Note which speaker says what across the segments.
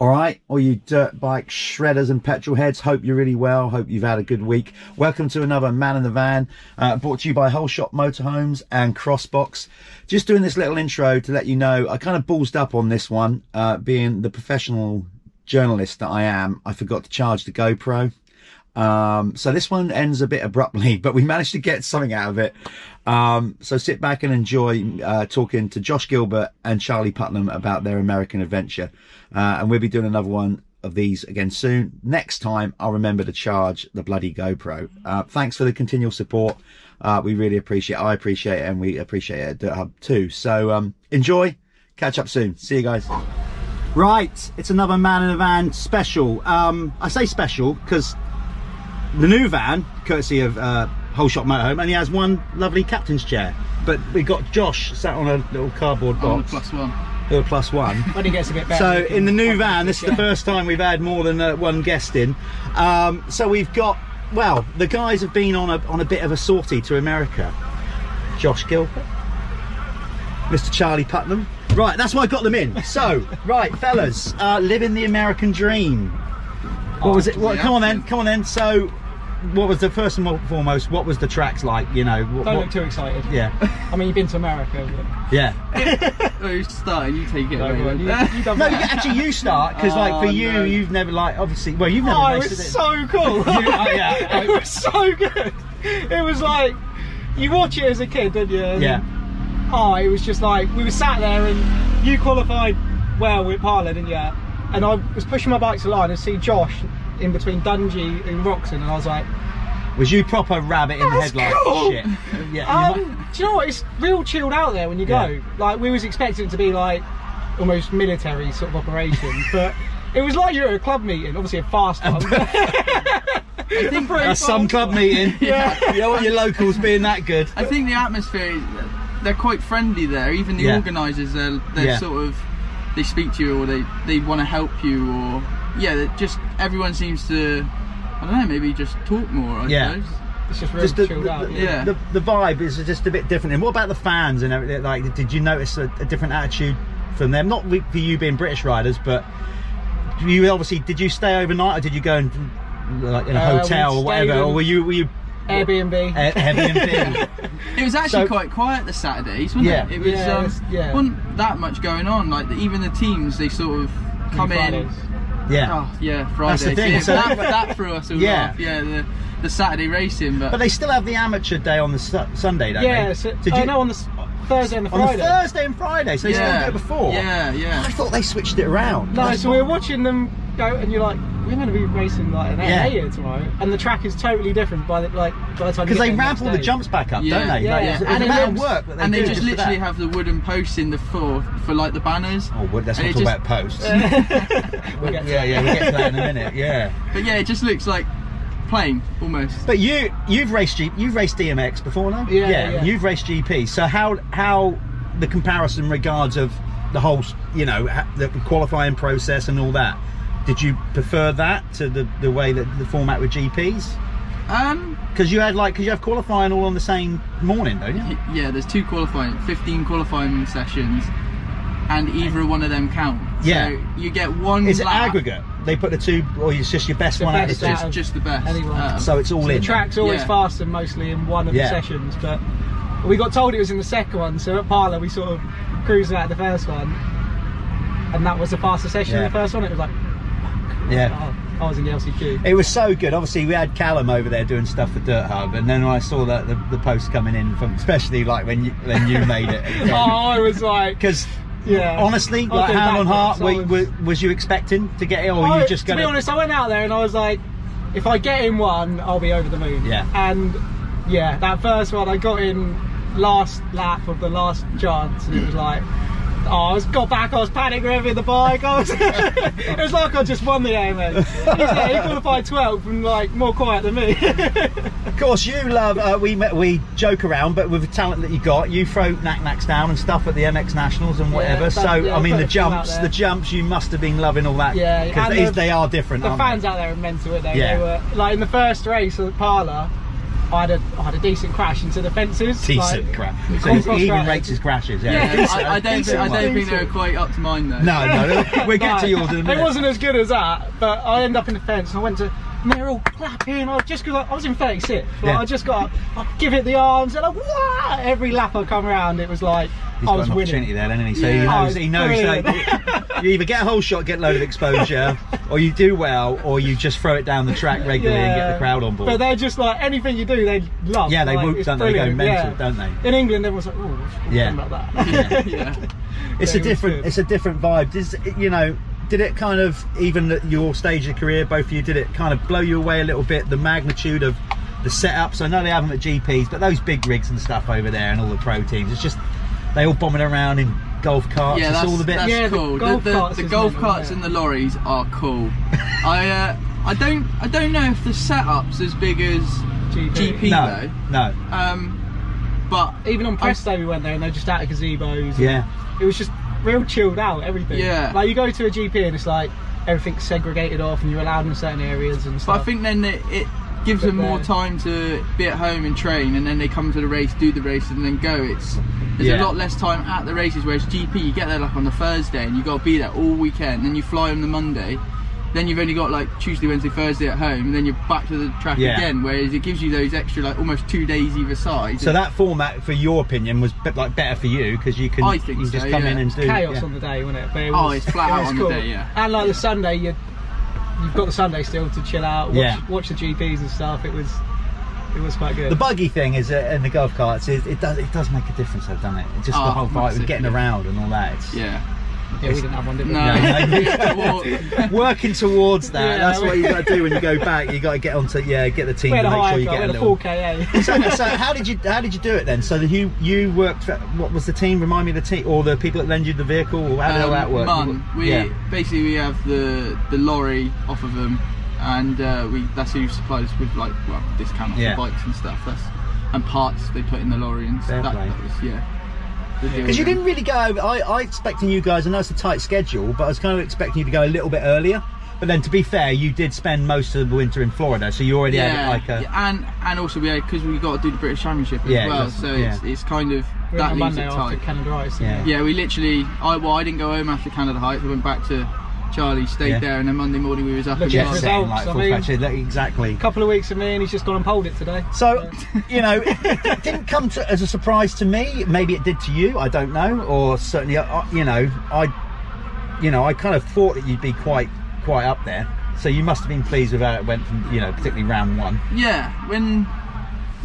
Speaker 1: All right, all you dirt bike shredders and petrol heads, hope you're really well. Hope you've had a good week. Welcome to another Man in the Van, uh, brought to you by Whole Shop Motorhomes and Crossbox. Just doing this little intro to let you know, I kind of ballsed up on this one, uh, being the professional journalist that I am. I forgot to charge the GoPro. Um, so this one ends a bit abruptly, but we managed to get something out of it. Um, so sit back and enjoy uh, talking to Josh Gilbert and Charlie Putnam about their American adventure. Uh, and we'll be doing another one of these again soon. Next time, I'll remember to charge the bloody GoPro. Uh, thanks for the continual support. Uh, we really appreciate it. I appreciate it, and we appreciate it at Dirt Hub too. So um, enjoy. Catch up soon. See you guys. Right, it's another Man in a Van special. Um, I say special because the new van, courtesy of uh, Whole Shot Motorhome, only has one lovely captain's chair. But we got Josh sat on a little cardboard
Speaker 2: On the
Speaker 1: box,
Speaker 2: plus one.
Speaker 1: who are plus one.
Speaker 3: When it gets a bit better.
Speaker 1: So
Speaker 3: we can
Speaker 1: in the new
Speaker 3: pop
Speaker 1: van, this is the
Speaker 3: yeah.
Speaker 1: first time we've had more than uh, one guest in. Um, so we've got well, the guys have been on a on a bit of a sortie to America. Josh Gilbert, Mr. Charlie Putnam. Right, that's why I got them in. So right, fellas, uh, living the American dream.
Speaker 3: Oh,
Speaker 1: What was it? What, come on then, come on then. So, what was the first and foremost? What was the tracks like? You know, what,
Speaker 3: Don't
Speaker 1: what-
Speaker 3: look too excited.
Speaker 1: yeah,
Speaker 3: I mean, you've been to America. haven't you?
Speaker 1: yeah.
Speaker 2: Oh, you start and you take it.
Speaker 3: No,
Speaker 2: mate.
Speaker 3: go on, you, you done
Speaker 1: No,
Speaker 3: that.
Speaker 1: you- actually, you start because, like, for
Speaker 2: Oh,
Speaker 1: you,
Speaker 2: no.
Speaker 1: you've never like obviously. Well, you've never.
Speaker 3: Oh, it
Speaker 1: wasted
Speaker 3: was so cool.
Speaker 1: You- oh, yeah.
Speaker 3: it was so good. It was like you watch it as a kid, didn't you? And,
Speaker 1: Yeah.
Speaker 3: Oh, it was just like we were sat there and you qualified well with Parla, didn't you? And I was pushing my bike to the line and see Josh in between Dungey and Roxon, and I was like,
Speaker 1: Was you proper rabbit in the
Speaker 3: That's
Speaker 1: headlights
Speaker 3: cool.
Speaker 1: shit? Yeah. you
Speaker 3: um, do you know what? It's real chilled out there when you go.
Speaker 1: Yeah.
Speaker 3: Like we was expecting it to be like almost military sort of operation, but it was like you're at a club meeting, obviously a fast one.
Speaker 2: I think,
Speaker 1: might- That's some club meeting.
Speaker 3: Yeah.
Speaker 1: You don't want your locals being that good.
Speaker 2: I think the atmosphere, they're quite friendly there. Even the
Speaker 1: Yeah.
Speaker 2: organisers, they're, they're
Speaker 1: Yeah.
Speaker 2: sort of, they speak to you or they, they want to help you or, yeah, that just everyone seems to, I don't know, maybe just talk more, I
Speaker 1: Yeah.
Speaker 2: suppose.
Speaker 3: It's just real
Speaker 1: Just the, the,
Speaker 3: chilled out.
Speaker 1: the-
Speaker 3: yeah.
Speaker 2: yeah.
Speaker 1: the, the vibe is just a bit different. And what about the fans and everything? Like, did you notice a, a different attitude from them? Not we- for you being British riders, but you obviously did you stay overnight or did you go in like in a
Speaker 3: Uh,
Speaker 1: hotel
Speaker 3: we
Speaker 1: or
Speaker 3: stayed
Speaker 1: whatever, or
Speaker 3: in-
Speaker 1: were you were you
Speaker 3: Airbnb.
Speaker 1: A- Airbnb?
Speaker 2: It was actually
Speaker 1: So-
Speaker 2: quite quiet the Saturdays, wasn't
Speaker 1: Yeah.
Speaker 2: it? It was
Speaker 3: Yeah,
Speaker 2: um,
Speaker 3: it's- yeah.
Speaker 2: wasn't that much going on. Like the, even the teams, they sort of come in.
Speaker 3: Fridays.
Speaker 1: yeah.
Speaker 2: Oh, yeah,
Speaker 1: That's
Speaker 2: Fridays.
Speaker 1: the thing,
Speaker 2: Yeah,
Speaker 1: so-
Speaker 2: that, that threw us all
Speaker 1: Yeah.
Speaker 2: off. Yeah, the, the Saturday racing, but,
Speaker 1: But they still have the amateur day on the su- Sunday, don't they?
Speaker 3: Yeah. So,
Speaker 1: Did
Speaker 3: oh,
Speaker 1: you-
Speaker 3: no, on the s- Thursday and the
Speaker 1: on
Speaker 3: Friday.
Speaker 1: the Thursday and Friday, so they
Speaker 2: yeah,
Speaker 1: still do it before.
Speaker 2: Yeah,
Speaker 1: I
Speaker 2: yeah.
Speaker 1: thought they switched it around.
Speaker 3: No,
Speaker 1: That's
Speaker 3: so
Speaker 1: what-
Speaker 3: we were watching them go, and you're like, we're going to be racing like an
Speaker 1: Yeah.
Speaker 3: yeah. here tomorrow, and the track is totally different by the like by the time. you
Speaker 1: Because
Speaker 3: get
Speaker 1: they
Speaker 3: there
Speaker 1: ramp
Speaker 3: next
Speaker 1: all the
Speaker 3: day.
Speaker 1: jumps back up,
Speaker 2: Yeah.
Speaker 1: don't they?
Speaker 3: Yeah,
Speaker 1: Like,
Speaker 3: yeah.
Speaker 1: It's, it's
Speaker 2: And
Speaker 1: a
Speaker 2: they
Speaker 1: amount of
Speaker 2: just-
Speaker 1: work that they
Speaker 2: and
Speaker 1: do
Speaker 2: they just
Speaker 1: for
Speaker 2: literally
Speaker 1: that.
Speaker 2: have the wooden posts in the floor for like the banners.
Speaker 1: Oh, well, let's
Speaker 2: and
Speaker 1: not talk
Speaker 2: it just-
Speaker 1: about posts.
Speaker 3: We'll get to
Speaker 1: yeah, yeah, we'll get to that in a minute. Yeah.
Speaker 2: But yeah, it just looks like plain almost.
Speaker 1: But you, you've raced G, you've raced DMX before, no?
Speaker 3: Yeah, yeah.
Speaker 1: You've raced GP. So how how the comparison regards of the whole, you know, ha- the qualifying process and all that. Did you prefer that to the, the way that the format with GPs?
Speaker 2: Um,
Speaker 1: Because you had like, because you have qualifying all on the same morning, don't you?
Speaker 2: yeah, there's two qualifying, 15 qualifying sessions, and either one of them count.
Speaker 1: Yeah.
Speaker 2: So you get one.
Speaker 1: Is it
Speaker 2: lap,
Speaker 1: aggregate? They put the two, or it's just your best
Speaker 3: The
Speaker 1: one
Speaker 3: best
Speaker 1: out of
Speaker 2: Just,
Speaker 1: the
Speaker 3: out.
Speaker 2: just the best.
Speaker 3: Anyone.
Speaker 2: Um,
Speaker 1: two. So it's all
Speaker 3: So
Speaker 1: in.
Speaker 3: the track's always
Speaker 2: Yeah.
Speaker 3: faster mostly in one of
Speaker 1: Yeah.
Speaker 3: the sessions, but we got told it was in the second one, so at Parlour we sort of cruised out the first one, and that was the faster session
Speaker 1: Yeah.
Speaker 3: in the first one. It was like,
Speaker 1: Yeah.
Speaker 3: oh, I was in the LCQ.
Speaker 1: It was so good. Obviously, we had Callum over there doing stuff for Dirt Hub, and then I saw that the, the post coming in from, especially like when you, when you made
Speaker 3: oh,
Speaker 1: it.
Speaker 3: I was like,
Speaker 1: Because
Speaker 3: yeah.
Speaker 1: honestly,
Speaker 3: I was
Speaker 1: like
Speaker 3: doing
Speaker 1: hand on heart,
Speaker 3: backflips, I
Speaker 1: were,
Speaker 3: was-
Speaker 1: were, was you expecting to get it, or were
Speaker 3: I-
Speaker 1: you just
Speaker 3: Oh, to
Speaker 1: going
Speaker 3: be honest, I went out there and I was like, if I get in one, I'll be over the moon.
Speaker 1: Yeah.
Speaker 3: And yeah, that first one I got in last lap of the last chance, and it was like. Oh, I was got back. I was panic revving the bike. I was, it was like I just won the AMA. He's like, he qualified 12th and like more quiet than me.
Speaker 1: Of course, you love. Uh, we met- we joke around, but with the talent that you got, you throw knack-knacks down and stuff at the MX Nationals and whatever.
Speaker 3: that-
Speaker 1: so
Speaker 3: yeah,
Speaker 1: I mean,
Speaker 3: put
Speaker 1: the
Speaker 3: a few out
Speaker 1: jumps,
Speaker 3: there.
Speaker 1: the jumps. You must have been loving all that.
Speaker 3: Yeah,
Speaker 1: because
Speaker 3: and
Speaker 1: they,
Speaker 3: the-
Speaker 1: they are different.
Speaker 3: the
Speaker 1: aren't they?
Speaker 3: fans out there are mental, aren't they?
Speaker 1: Yeah.
Speaker 3: They were like in the first race at Parla, I had a I had a decent crash into the fences.
Speaker 1: Decent
Speaker 3: like-
Speaker 1: crash.
Speaker 3: Of
Speaker 1: So he
Speaker 3: course I
Speaker 1: he even
Speaker 3: tried.
Speaker 1: rates his crashes.
Speaker 3: Yeah,
Speaker 1: Yeah.
Speaker 3: decent.
Speaker 2: I, I don't, think, I don't think they were
Speaker 3: decent.
Speaker 2: quite up to mine though.
Speaker 1: No, no, no. We'll get to yours in a minute.
Speaker 3: It wasn't as good as that, but I ended up in the fence and I went to Merrill clapping. I was just because I, I was in 36. Like,
Speaker 1: Yeah.
Speaker 3: I just got, I give it the arms and I, wow! Every lap I come around, it was like
Speaker 1: He's
Speaker 3: I
Speaker 1: got
Speaker 3: was
Speaker 1: an opportunity
Speaker 3: winning.
Speaker 1: there, then, isn't he? So
Speaker 2: Yeah.
Speaker 1: he knows, he knows that you either get a whole shot, get a load of exposure, or you do well, or you just throw it down the track regularly and get the crowd on board.
Speaker 3: But they're just like anything you do, they love.
Speaker 1: Yeah, they
Speaker 3: like,
Speaker 1: whoop,
Speaker 3: it's
Speaker 1: don't they? They go
Speaker 3: brilliant,
Speaker 1: mental,
Speaker 3: yeah.
Speaker 1: don't they?
Speaker 3: In England, everyone's like, oh,
Speaker 1: Yeah.
Speaker 3: yeah. about that.
Speaker 2: yeah.
Speaker 1: it's a
Speaker 3: it was
Speaker 1: different
Speaker 3: good.
Speaker 1: it's a different vibe does it- you know did it kind of even at your stage of career both of you did it kind of blow you away a little bit the magnitude of the setups i know they have them at gps but those big rigs and stuff over there and all the pro teams it's just they all bombing around in golf carts
Speaker 2: Yeah,
Speaker 1: it's
Speaker 2: that's,
Speaker 1: all a bit
Speaker 2: that's
Speaker 3: Yeah, the
Speaker 2: cool. The,
Speaker 3: golf
Speaker 2: the,
Speaker 3: carts
Speaker 2: the
Speaker 3: is
Speaker 2: golf
Speaker 3: mental,
Speaker 2: carts
Speaker 3: yeah.
Speaker 2: and the lorries are cool. I uh, I don't I don't know if the setup's as big as
Speaker 3: GP.
Speaker 2: GP
Speaker 1: no no
Speaker 2: though. Um, but
Speaker 3: Even on
Speaker 2: I-
Speaker 3: press day, we went there and they just out of gazebos. and
Speaker 1: yeah
Speaker 3: It was just real chilled out, everything.
Speaker 2: Yeah.
Speaker 3: Like you go to a GP and it's like everything's segregated off and you're allowed in certain areas and stuff.
Speaker 2: But I think then it, it gives
Speaker 3: But
Speaker 2: them more
Speaker 3: then-
Speaker 2: time to be at home and train, and then they come to the race, do the race, and then go. It's there's
Speaker 1: Yeah.
Speaker 2: a lot less time at the races. Whereas GP, you get there like on the Thursday, and you got to be there all weekend. Then you fly on the Monday. Then you've only got like Tuesday, Wednesday, Thursday at home, and then you're back to the track
Speaker 1: Yeah.
Speaker 2: again. Whereas it gives you those extra like almost two days either side.
Speaker 1: so that format for your opinion was bit like better for you because you can
Speaker 2: I think
Speaker 1: you can just
Speaker 2: so,
Speaker 1: come
Speaker 2: yeah.
Speaker 1: in and do
Speaker 3: chaos
Speaker 1: yeah.
Speaker 3: on the day, wasn't it? But it
Speaker 2: Oh, it's flat
Speaker 3: it
Speaker 2: out
Speaker 3: was
Speaker 2: on the day, yeah.
Speaker 3: And like the Sunday, you you've got the Sunday still to chill out, watch,
Speaker 1: Yeah.
Speaker 3: watch the GPS and stuff. It was it was quite good.
Speaker 1: The buggy thing is uh, in the golf carts is it does it does make a difference though, doesn't it? It's just the
Speaker 3: Ah,
Speaker 1: whole
Speaker 2: Oh,
Speaker 1: vibe of
Speaker 2: massive,
Speaker 1: getting
Speaker 2: yeah.
Speaker 1: around and all that. It's,
Speaker 2: yeah,
Speaker 3: yeah, we didn't have one, did we?
Speaker 2: no,
Speaker 1: Yeah, maybe.
Speaker 2: Well,
Speaker 1: Working towards that.
Speaker 3: Yeah,
Speaker 1: that's what you
Speaker 3: we-
Speaker 1: got to do when you go back. You got to get onto yeah, get the team
Speaker 3: We had
Speaker 1: to
Speaker 3: a
Speaker 1: make
Speaker 3: high
Speaker 1: sure you
Speaker 3: car,
Speaker 1: get
Speaker 3: we
Speaker 1: a
Speaker 3: had a
Speaker 1: little.
Speaker 3: full KA.
Speaker 1: so, so how did you how did you do it then? So that you you worked for what was the team? Remind me of the team or the people that lend you the vehicle? Or how did all
Speaker 2: Um,
Speaker 1: that work?
Speaker 2: Mun. We
Speaker 1: yeah.
Speaker 2: basically we have the the lorry off of them, and uh, we that's who supplies us with like well discount off
Speaker 1: Yeah.
Speaker 2: the bikes and stuff. That's and parts they put in the lorry and
Speaker 1: Fair
Speaker 2: stuff. That,
Speaker 1: play.
Speaker 2: that was yeah.
Speaker 1: Because
Speaker 3: Mm.
Speaker 1: you didn't really go. I, I expecting you guys. I know it's a tight schedule, but I was kind of expecting you to go a little bit earlier. But then, to be fair, you did spend most of the winter in Florida, so you already had it like a.
Speaker 2: yeah, and and also we had because we got to do the British Championship as
Speaker 1: Yeah,
Speaker 2: well,
Speaker 1: that's-
Speaker 2: so it's,
Speaker 1: yeah.
Speaker 2: it's kind of
Speaker 3: We went
Speaker 2: that
Speaker 3: on
Speaker 2: leaves
Speaker 3: Monday
Speaker 2: it
Speaker 3: after
Speaker 2: tight.
Speaker 3: Canada Ice.
Speaker 1: Yeah.
Speaker 3: didn't we?
Speaker 2: Yeah, we literally. I well, I didn't go home after Canada Heights. I went back to Charlie, stayed
Speaker 1: Yeah.
Speaker 2: there, and then Monday morning we was up.
Speaker 3: Look
Speaker 2: and
Speaker 3: at
Speaker 1: jet
Speaker 2: driving.
Speaker 3: results,
Speaker 1: setting, like
Speaker 3: I
Speaker 1: full
Speaker 3: mean-
Speaker 1: patch, yeah, exactly.
Speaker 3: A couple of weeks of me and he's just gone and polled it today.
Speaker 1: So, you know, it didn't come to, as a surprise to me. Maybe it did to you. I don't know, or certainly, uh, you know, I, you know, I kind of thought that you'd be quite, quite up there. So you must have been pleased with how it went from, you know, particularly round one.
Speaker 2: Yeah, when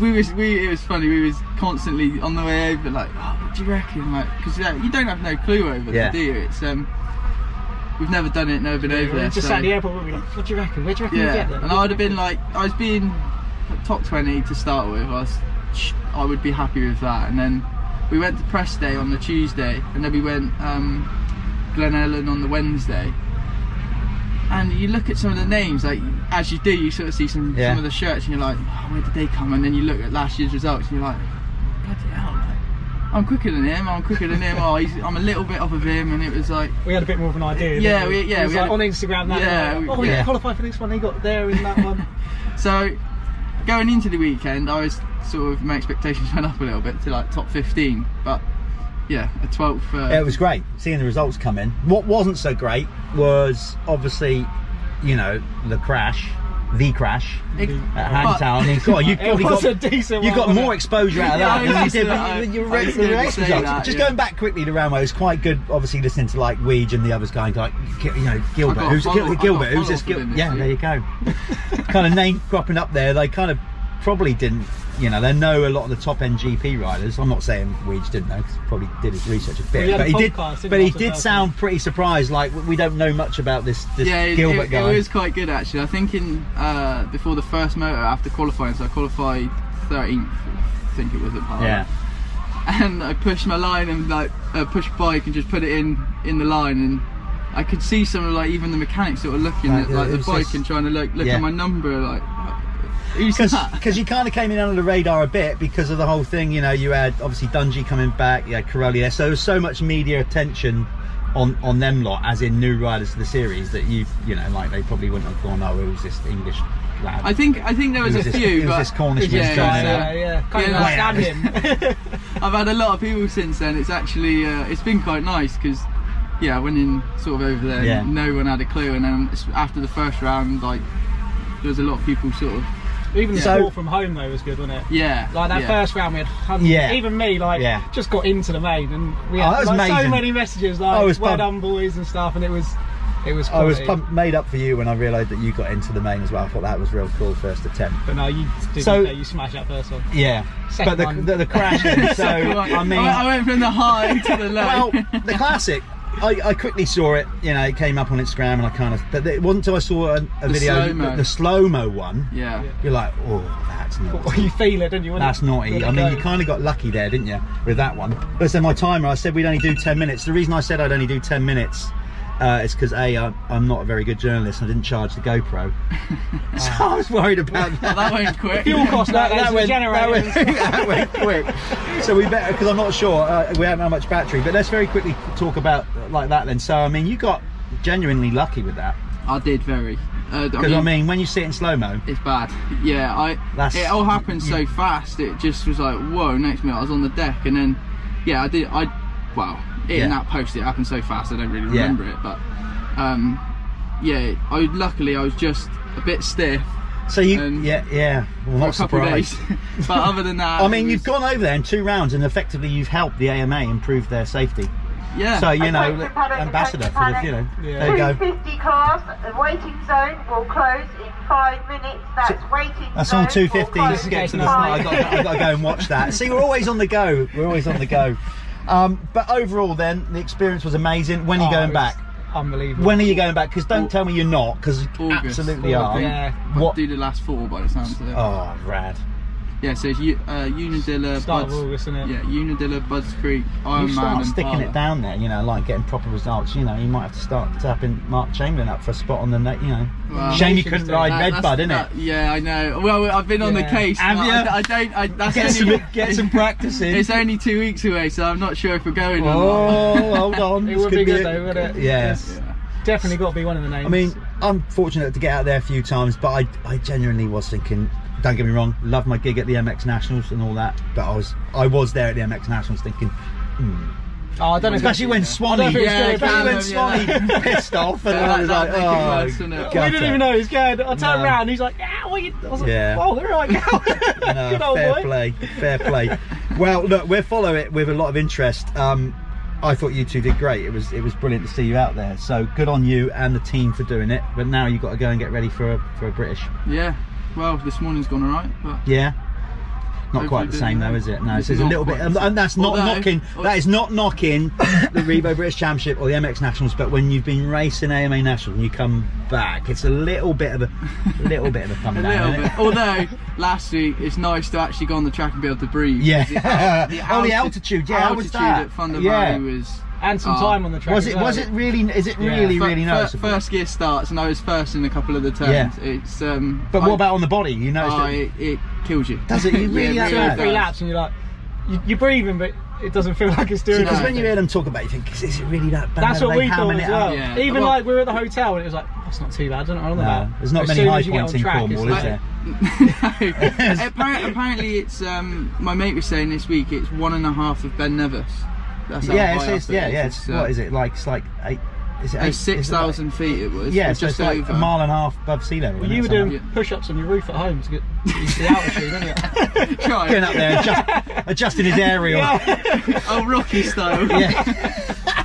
Speaker 2: we was we it was funny. We was constantly on the way over, like, oh, what do you reckon? Like, because you don't have no clue over
Speaker 1: Yeah.
Speaker 2: there, do you? It's um, we've never done it, never been over
Speaker 3: we
Speaker 2: there.
Speaker 3: just
Speaker 2: so,
Speaker 3: sat at the airport. We were like, "What do you reckon? Where do you reckon we
Speaker 2: yeah,
Speaker 3: get them?"
Speaker 2: and I would have been like, I was being top twenty to start with. I was, I would be happy with that. And then we went to press day on the Tuesday, and then we went um, Glen Ellen on the Wednesday. And you look at some of the names, like as you do, you sort of see some
Speaker 1: Yeah.
Speaker 2: some of the shirts, and you're like, oh, where did they come? And then you look at last year's results, and you're like, bloody hell. like, I'm quicker than him. I'm quicker than him. Oh, he's, I'm a little bit off of him, and it was like,
Speaker 3: We had a bit more of an idea.
Speaker 2: Yeah,
Speaker 3: didn't we,
Speaker 2: we- yeah,
Speaker 3: It was
Speaker 2: we had
Speaker 3: like
Speaker 2: a-
Speaker 3: on Instagram that.
Speaker 2: Yeah,
Speaker 3: night,
Speaker 2: we-
Speaker 3: oh, we
Speaker 1: yeah.
Speaker 3: qualified for this one. He got there in that one.
Speaker 2: So going into the weekend, I was sort of my expectations went up a little bit to like top 15, but yeah, a 12th. Uh,
Speaker 1: It was great seeing the results come in. What wasn't so great was obviously, you know, the crash, the crash
Speaker 2: it-
Speaker 1: at
Speaker 2: but-
Speaker 1: Hantown. I mean, God, you
Speaker 3: It
Speaker 1: probably
Speaker 3: was
Speaker 1: got
Speaker 3: a decent
Speaker 1: You
Speaker 3: one,
Speaker 1: got
Speaker 3: wasn't
Speaker 1: more
Speaker 3: it?
Speaker 1: exposure out of
Speaker 2: Yeah,
Speaker 1: that
Speaker 2: I
Speaker 1: than you
Speaker 2: was
Speaker 1: did
Speaker 2: gonna-
Speaker 1: with
Speaker 2: I-
Speaker 1: your
Speaker 2: I was
Speaker 1: regular
Speaker 2: gonna
Speaker 1: race
Speaker 2: say
Speaker 1: results.
Speaker 2: that,
Speaker 1: Just
Speaker 2: yeah.
Speaker 1: going back quickly to round one, it was quite good, obviously, listening to like Weege and the others going, like, G- you know, Gilbert.
Speaker 2: I got a
Speaker 1: Who's
Speaker 2: follow- I
Speaker 1: Gil-
Speaker 2: got
Speaker 1: Gilbert?
Speaker 2: a
Speaker 1: Who's this
Speaker 2: follow-up
Speaker 1: Gilbert?
Speaker 2: within
Speaker 1: Yeah,
Speaker 2: this,
Speaker 1: there you go. kind of name cropping up there. They kind of probably didn't, you know, they know a lot of the top end GP riders. I'm not saying Weege didn't know, 'cause he probably did his research a bit.
Speaker 3: Well, he had
Speaker 1: but
Speaker 3: a
Speaker 1: he did,
Speaker 3: podcast, didn't
Speaker 1: but
Speaker 3: he,
Speaker 1: he
Speaker 3: after
Speaker 1: did
Speaker 3: Belfast?
Speaker 1: sound pretty surprised, like, "We- we don't know much about this, this
Speaker 2: yeah, it,
Speaker 1: Gilbert
Speaker 2: it,
Speaker 1: guy.
Speaker 2: it was quite good actually. I think in uh, before the first motor after qualifying, so I qualified 13th, I think it was at Palma.
Speaker 1: yeah.
Speaker 2: and I pushed my line and like uh, pushed bike and just put it in in the line and I could see some of like even the mechanics that were looking
Speaker 1: Like,
Speaker 2: at
Speaker 1: yeah,
Speaker 2: like
Speaker 1: it
Speaker 2: the
Speaker 1: was
Speaker 2: bike
Speaker 1: just-
Speaker 2: and trying to like look
Speaker 1: yeah.
Speaker 2: at my number like who's that?
Speaker 1: because you kind of came in under the radar a bit because of the whole thing. You know, you had obviously Dungy coming back, you had Caroli there, so there was so much media attention on on them lot, as in new riders to the series, that you you know, like they probably wouldn't have gone, oh, who's this English
Speaker 3: lad.
Speaker 2: I think I think there was,
Speaker 1: It was
Speaker 2: a
Speaker 1: this-
Speaker 2: few.
Speaker 1: it was
Speaker 2: but
Speaker 1: this Cornishman's
Speaker 2: yeah,
Speaker 1: guy,
Speaker 2: yeah,
Speaker 3: yeah, yeah. Can't
Speaker 2: Yeah,
Speaker 1: yeah.
Speaker 3: even understand him.
Speaker 2: I've had a lot of people since then. It's actually uh, it's been quite nice because yeah, I went in sort of over there. and
Speaker 1: Yeah.
Speaker 2: No one had a clue, and then s- after the first round, like there was a lot of people sort of
Speaker 3: even the
Speaker 1: So-
Speaker 3: sport from home though was good, wasn't it?
Speaker 2: yeah.
Speaker 3: Like that
Speaker 2: yeah.
Speaker 3: first round, we had hundreds.
Speaker 1: Yeah.
Speaker 3: Even me, like,
Speaker 1: Yeah.
Speaker 3: just got into the main, and we
Speaker 1: Oh,
Speaker 3: had
Speaker 1: that was
Speaker 3: like, so
Speaker 1: amazing.
Speaker 3: many messages like,
Speaker 1: I was
Speaker 3: "Well
Speaker 1: pumped.
Speaker 3: done, boys" and stuff, and it was, it was.
Speaker 1: I was
Speaker 3: quality.
Speaker 1: pumped, made up for you when I realised that you got into the main as well. I thought that was real cool first attempt.
Speaker 3: But no, you didn't.
Speaker 1: So-
Speaker 3: no, you smashed that first one.
Speaker 1: Yeah,
Speaker 3: Second
Speaker 1: but the,
Speaker 3: one.
Speaker 1: the, the crash. then, so
Speaker 2: Like,
Speaker 1: I mean,
Speaker 2: I went from the high to the low.
Speaker 1: well, the classic. I, I quickly saw it. You know, it came up on Instagram, and I kind of. But it wasn't until I saw a, a
Speaker 2: The
Speaker 1: video,
Speaker 2: slow-mo.
Speaker 1: the slow mo one.
Speaker 2: yeah.
Speaker 3: Yeah.
Speaker 1: You're like, oh, that's
Speaker 3: Well,
Speaker 1: naughty.
Speaker 3: you feel it, didn't you? when
Speaker 1: That's
Speaker 3: it-
Speaker 1: naughty.
Speaker 3: when it
Speaker 1: I mean, you
Speaker 3: goes.
Speaker 1: kind of got lucky there, didn't you, with that one? But so my timer, I said we'd only do 10 minutes. The reason I said I'd only do 10 minutes uh, is because A, I'm, I'm not a very good journalist and I didn't charge the GoPro. so
Speaker 2: Ah.
Speaker 1: I was worried about that.
Speaker 2: That went quick.
Speaker 3: Fuel cost that, that, went,
Speaker 1: that went, that went quick. So we better, because I'm not sure uh, we haven't how much battery, but let's very quickly talk about uh, like that then. So, I mean, you got genuinely lucky with that.
Speaker 2: I did very. Uh,
Speaker 1: Because, I mean, when you see it in slow mo,
Speaker 2: it's bad. Yeah, I.
Speaker 1: That's-
Speaker 2: it all happened
Speaker 1: you-
Speaker 2: so fast. It just was like, whoa. Next minute, I was on the deck, and then, yeah, I did. I, well, in
Speaker 1: Yeah.
Speaker 2: that post, it happened so fast. I don't really
Speaker 1: Yeah.
Speaker 2: remember it, but, um, yeah. I luckily I was just a bit stiff
Speaker 1: so you,
Speaker 2: And-
Speaker 1: yeah, yeah, well,
Speaker 2: for a
Speaker 1: not
Speaker 2: couple of
Speaker 1: surprised.
Speaker 2: days. but other than that,
Speaker 1: I
Speaker 2: it
Speaker 1: mean,
Speaker 2: was-
Speaker 1: you've gone over there in two rounds, and effectively you've helped the AMA improve their safety.
Speaker 2: yeah.
Speaker 1: So you know,
Speaker 4: Approach the paddock,
Speaker 1: ambassador for
Speaker 4: approach
Speaker 1: the,
Speaker 4: the
Speaker 1: you know,
Speaker 3: Yeah.
Speaker 1: there you go.
Speaker 4: 250 cars, the waiting zone will close in five minutes. That's waiting
Speaker 1: That's
Speaker 4: zone
Speaker 1: all
Speaker 4: will
Speaker 1: 250.
Speaker 4: close
Speaker 1: Let's get to
Speaker 4: in
Speaker 1: the
Speaker 4: five
Speaker 1: I got, I got to go and watch that. See, we're always on the go. We're always on the go. Um, but overall, then the experience was amazing. When are you
Speaker 3: Oh,
Speaker 1: going
Speaker 3: it was
Speaker 1: back?
Speaker 3: Unbelievable.
Speaker 1: When are you going back? Because don't
Speaker 2: Au-
Speaker 1: tell me you're not, because you
Speaker 2: August.
Speaker 1: absolutely are.
Speaker 3: Yeah.
Speaker 1: What?
Speaker 2: do the last four by the sounds of it.
Speaker 1: Oh, rad.
Speaker 2: Yeah, so it's U- uh, Unadilla,
Speaker 3: Start of
Speaker 2: Buds-
Speaker 3: August, isn't it?
Speaker 2: Yeah, Unadilla, Buds Creek,
Speaker 1: You
Speaker 2: Ironman,
Speaker 1: start
Speaker 2: and
Speaker 1: sticking
Speaker 2: Parlour.
Speaker 1: it down there, you know, like getting proper results. You know, you might have to start tapping Mark Chamberlain up for a spot on the net. You know,
Speaker 2: Well,
Speaker 1: shame you
Speaker 3: Nations
Speaker 1: couldn't
Speaker 3: Day.
Speaker 1: ride
Speaker 2: That-
Speaker 1: Red
Speaker 2: that's-
Speaker 1: Bud, innit?
Speaker 2: that- Yeah, I know. Well, I've been on
Speaker 3: Yeah.
Speaker 2: the case.
Speaker 1: Have
Speaker 2: but
Speaker 1: ya?
Speaker 2: I, I don't. I, that's
Speaker 1: Get
Speaker 2: only,
Speaker 1: some, get some practice in.
Speaker 2: It's only two weeks away, so I'm not sure if we're going. Or not.
Speaker 1: Oh, hold on.
Speaker 3: It
Speaker 1: This
Speaker 3: would
Speaker 1: could
Speaker 3: be good
Speaker 1: a-
Speaker 3: though, wouldn't it?
Speaker 1: Yeah.
Speaker 3: It's definitely got to be one of the names.
Speaker 1: I mean, I'm fortunate to get out there a few times, but I, I genuinely was thinking. Don't get me wrong, love my gig at the MX Nationals and all that, but I was I was there at the MX Nationals thinking,
Speaker 3: oh, I don't know.
Speaker 1: especially when Swanee,
Speaker 3: I don't think
Speaker 2: it's
Speaker 1: especially
Speaker 2: gonna
Speaker 1: when
Speaker 2: be-
Speaker 1: Swanee pissed off, and
Speaker 2: Yeah,
Speaker 1: I was
Speaker 2: that-
Speaker 1: like,
Speaker 2: that make it worse,
Speaker 1: oh,
Speaker 2: wouldn't it?
Speaker 3: we
Speaker 1: gutter.
Speaker 3: didn't even know he was going. I turned
Speaker 1: No.
Speaker 3: around, he's like, "Ah, what you?" I was like,
Speaker 1: Yeah.
Speaker 3: "Oh, there I go."
Speaker 1: No,
Speaker 3: good old
Speaker 1: fair
Speaker 3: boy.
Speaker 1: play, fair play. well, look, we'll follow it with a lot of interest. Um, I thought you two did great. It was it was brilliant to see you out there. So good on you and the team for doing it. But now you've got to go and get ready for a, for a British.
Speaker 2: Yeah. Well, this morning's gone alright, but
Speaker 1: Yeah. Not
Speaker 2: Hopefully
Speaker 1: quite the
Speaker 2: doing
Speaker 1: same
Speaker 2: that.
Speaker 1: though, is it? No,
Speaker 2: It's
Speaker 1: so it's a
Speaker 2: not
Speaker 1: little bit,
Speaker 2: quite the same.
Speaker 1: and that's not
Speaker 2: Although- oh,
Speaker 1: knocking. That is not knocking the Rebo British Championship or the MX Nationals. But when you've been racing AMA Nationals and you come back, it's a little bit of a little bit of a thumb
Speaker 2: a
Speaker 1: down.
Speaker 2: little
Speaker 1: isn't it?
Speaker 2: bit. Although last week it's nice to actually go on the track and be able to breathe.
Speaker 1: Yeah.
Speaker 2: The
Speaker 1: oh, the altitude. Yeah, how was
Speaker 2: altitude
Speaker 1: that?
Speaker 2: at Thunder
Speaker 1: yeah.
Speaker 2: Valley was.
Speaker 3: and some
Speaker 2: Oh.
Speaker 3: time on the track.
Speaker 1: was
Speaker 3: as
Speaker 1: it?
Speaker 3: well.
Speaker 1: Was it really? Is it really,
Speaker 2: Fir-
Speaker 1: really
Speaker 2: fir-
Speaker 1: noticeable?
Speaker 2: First gear starts, and I was first in a couple of the turns.
Speaker 1: Yeah.
Speaker 2: It's um.
Speaker 1: but
Speaker 2: I-
Speaker 1: what about on the body? You noticed
Speaker 2: Oh,
Speaker 1: it-
Speaker 2: it, it kills you.
Speaker 1: Does it? You really
Speaker 3: Two or
Speaker 1: Yeah.
Speaker 3: three laps, and you're like, you, you're breathing, but it doesn't feel like it's doing.
Speaker 1: because
Speaker 3: anything.
Speaker 1: when you hear them talk about, it, you think, is it really that bad?
Speaker 3: That's
Speaker 1: Are
Speaker 3: what
Speaker 1: they
Speaker 3: we thought
Speaker 1: hamming
Speaker 3: as
Speaker 1: it up?
Speaker 3: well.
Speaker 2: Yeah.
Speaker 3: Even
Speaker 2: Well-
Speaker 3: like we were at the hotel and it was like, that's not too bad, isn't it? I don't know
Speaker 1: No,
Speaker 3: about.
Speaker 1: there's not
Speaker 3: As
Speaker 1: many
Speaker 3: soon
Speaker 1: high
Speaker 3: as you get
Speaker 1: points
Speaker 3: on
Speaker 1: in
Speaker 3: track,
Speaker 1: Cornwall,
Speaker 3: it's
Speaker 1: is
Speaker 3: like-
Speaker 1: there?
Speaker 2: no. Appar- apparently, it's um, my mate was saying this week it's one and a half of Ben Nevis. That's how
Speaker 1: Yeah,
Speaker 2: high
Speaker 1: it's,
Speaker 2: up
Speaker 1: it's,
Speaker 2: it
Speaker 1: yeah,
Speaker 2: is.
Speaker 1: yeah. It's,
Speaker 2: uh,
Speaker 1: what is it like? It's like eight. Is it
Speaker 2: uh,
Speaker 1: eight?
Speaker 2: six
Speaker 1: is it like-
Speaker 2: thousand feet. It was.
Speaker 1: Yeah,
Speaker 2: It's
Speaker 1: so it's
Speaker 2: just
Speaker 1: like
Speaker 2: over.
Speaker 1: a mile and a half above sea level.
Speaker 3: Well,
Speaker 1: isn't it,
Speaker 3: you were doing
Speaker 1: something?
Speaker 3: push-ups on your roof at home to get the altitude, didn't you?
Speaker 2: Try.
Speaker 1: going up there, adjust, adjusting his aerial.
Speaker 2: Oh, Rocky style.
Speaker 1: yeah.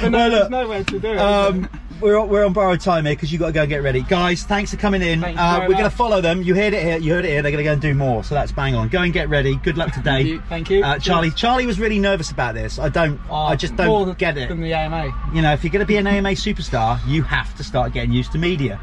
Speaker 3: But no,
Speaker 1: Well, look,
Speaker 3: there's nowhere to do it.
Speaker 1: um, we're on, we're on borrowed time here because you got to go and get ready, guys. Thanks for coming in.
Speaker 3: Thank you
Speaker 1: Uh,
Speaker 3: very
Speaker 1: we're going
Speaker 3: much.
Speaker 1: to follow them. You heard it here. You heard it here. They're going to go and do more. So that's bang on. Go and get ready. Good luck today,
Speaker 2: you.
Speaker 3: Thank you,
Speaker 1: uh, Charlie. Charlie was really nervous about this. I don't.
Speaker 3: Oh,
Speaker 1: I just
Speaker 3: more
Speaker 1: don't
Speaker 3: than-
Speaker 1: get it.
Speaker 3: Than the AMA.
Speaker 1: You know, if you're going to be an AMA superstar, you have to start getting used to media.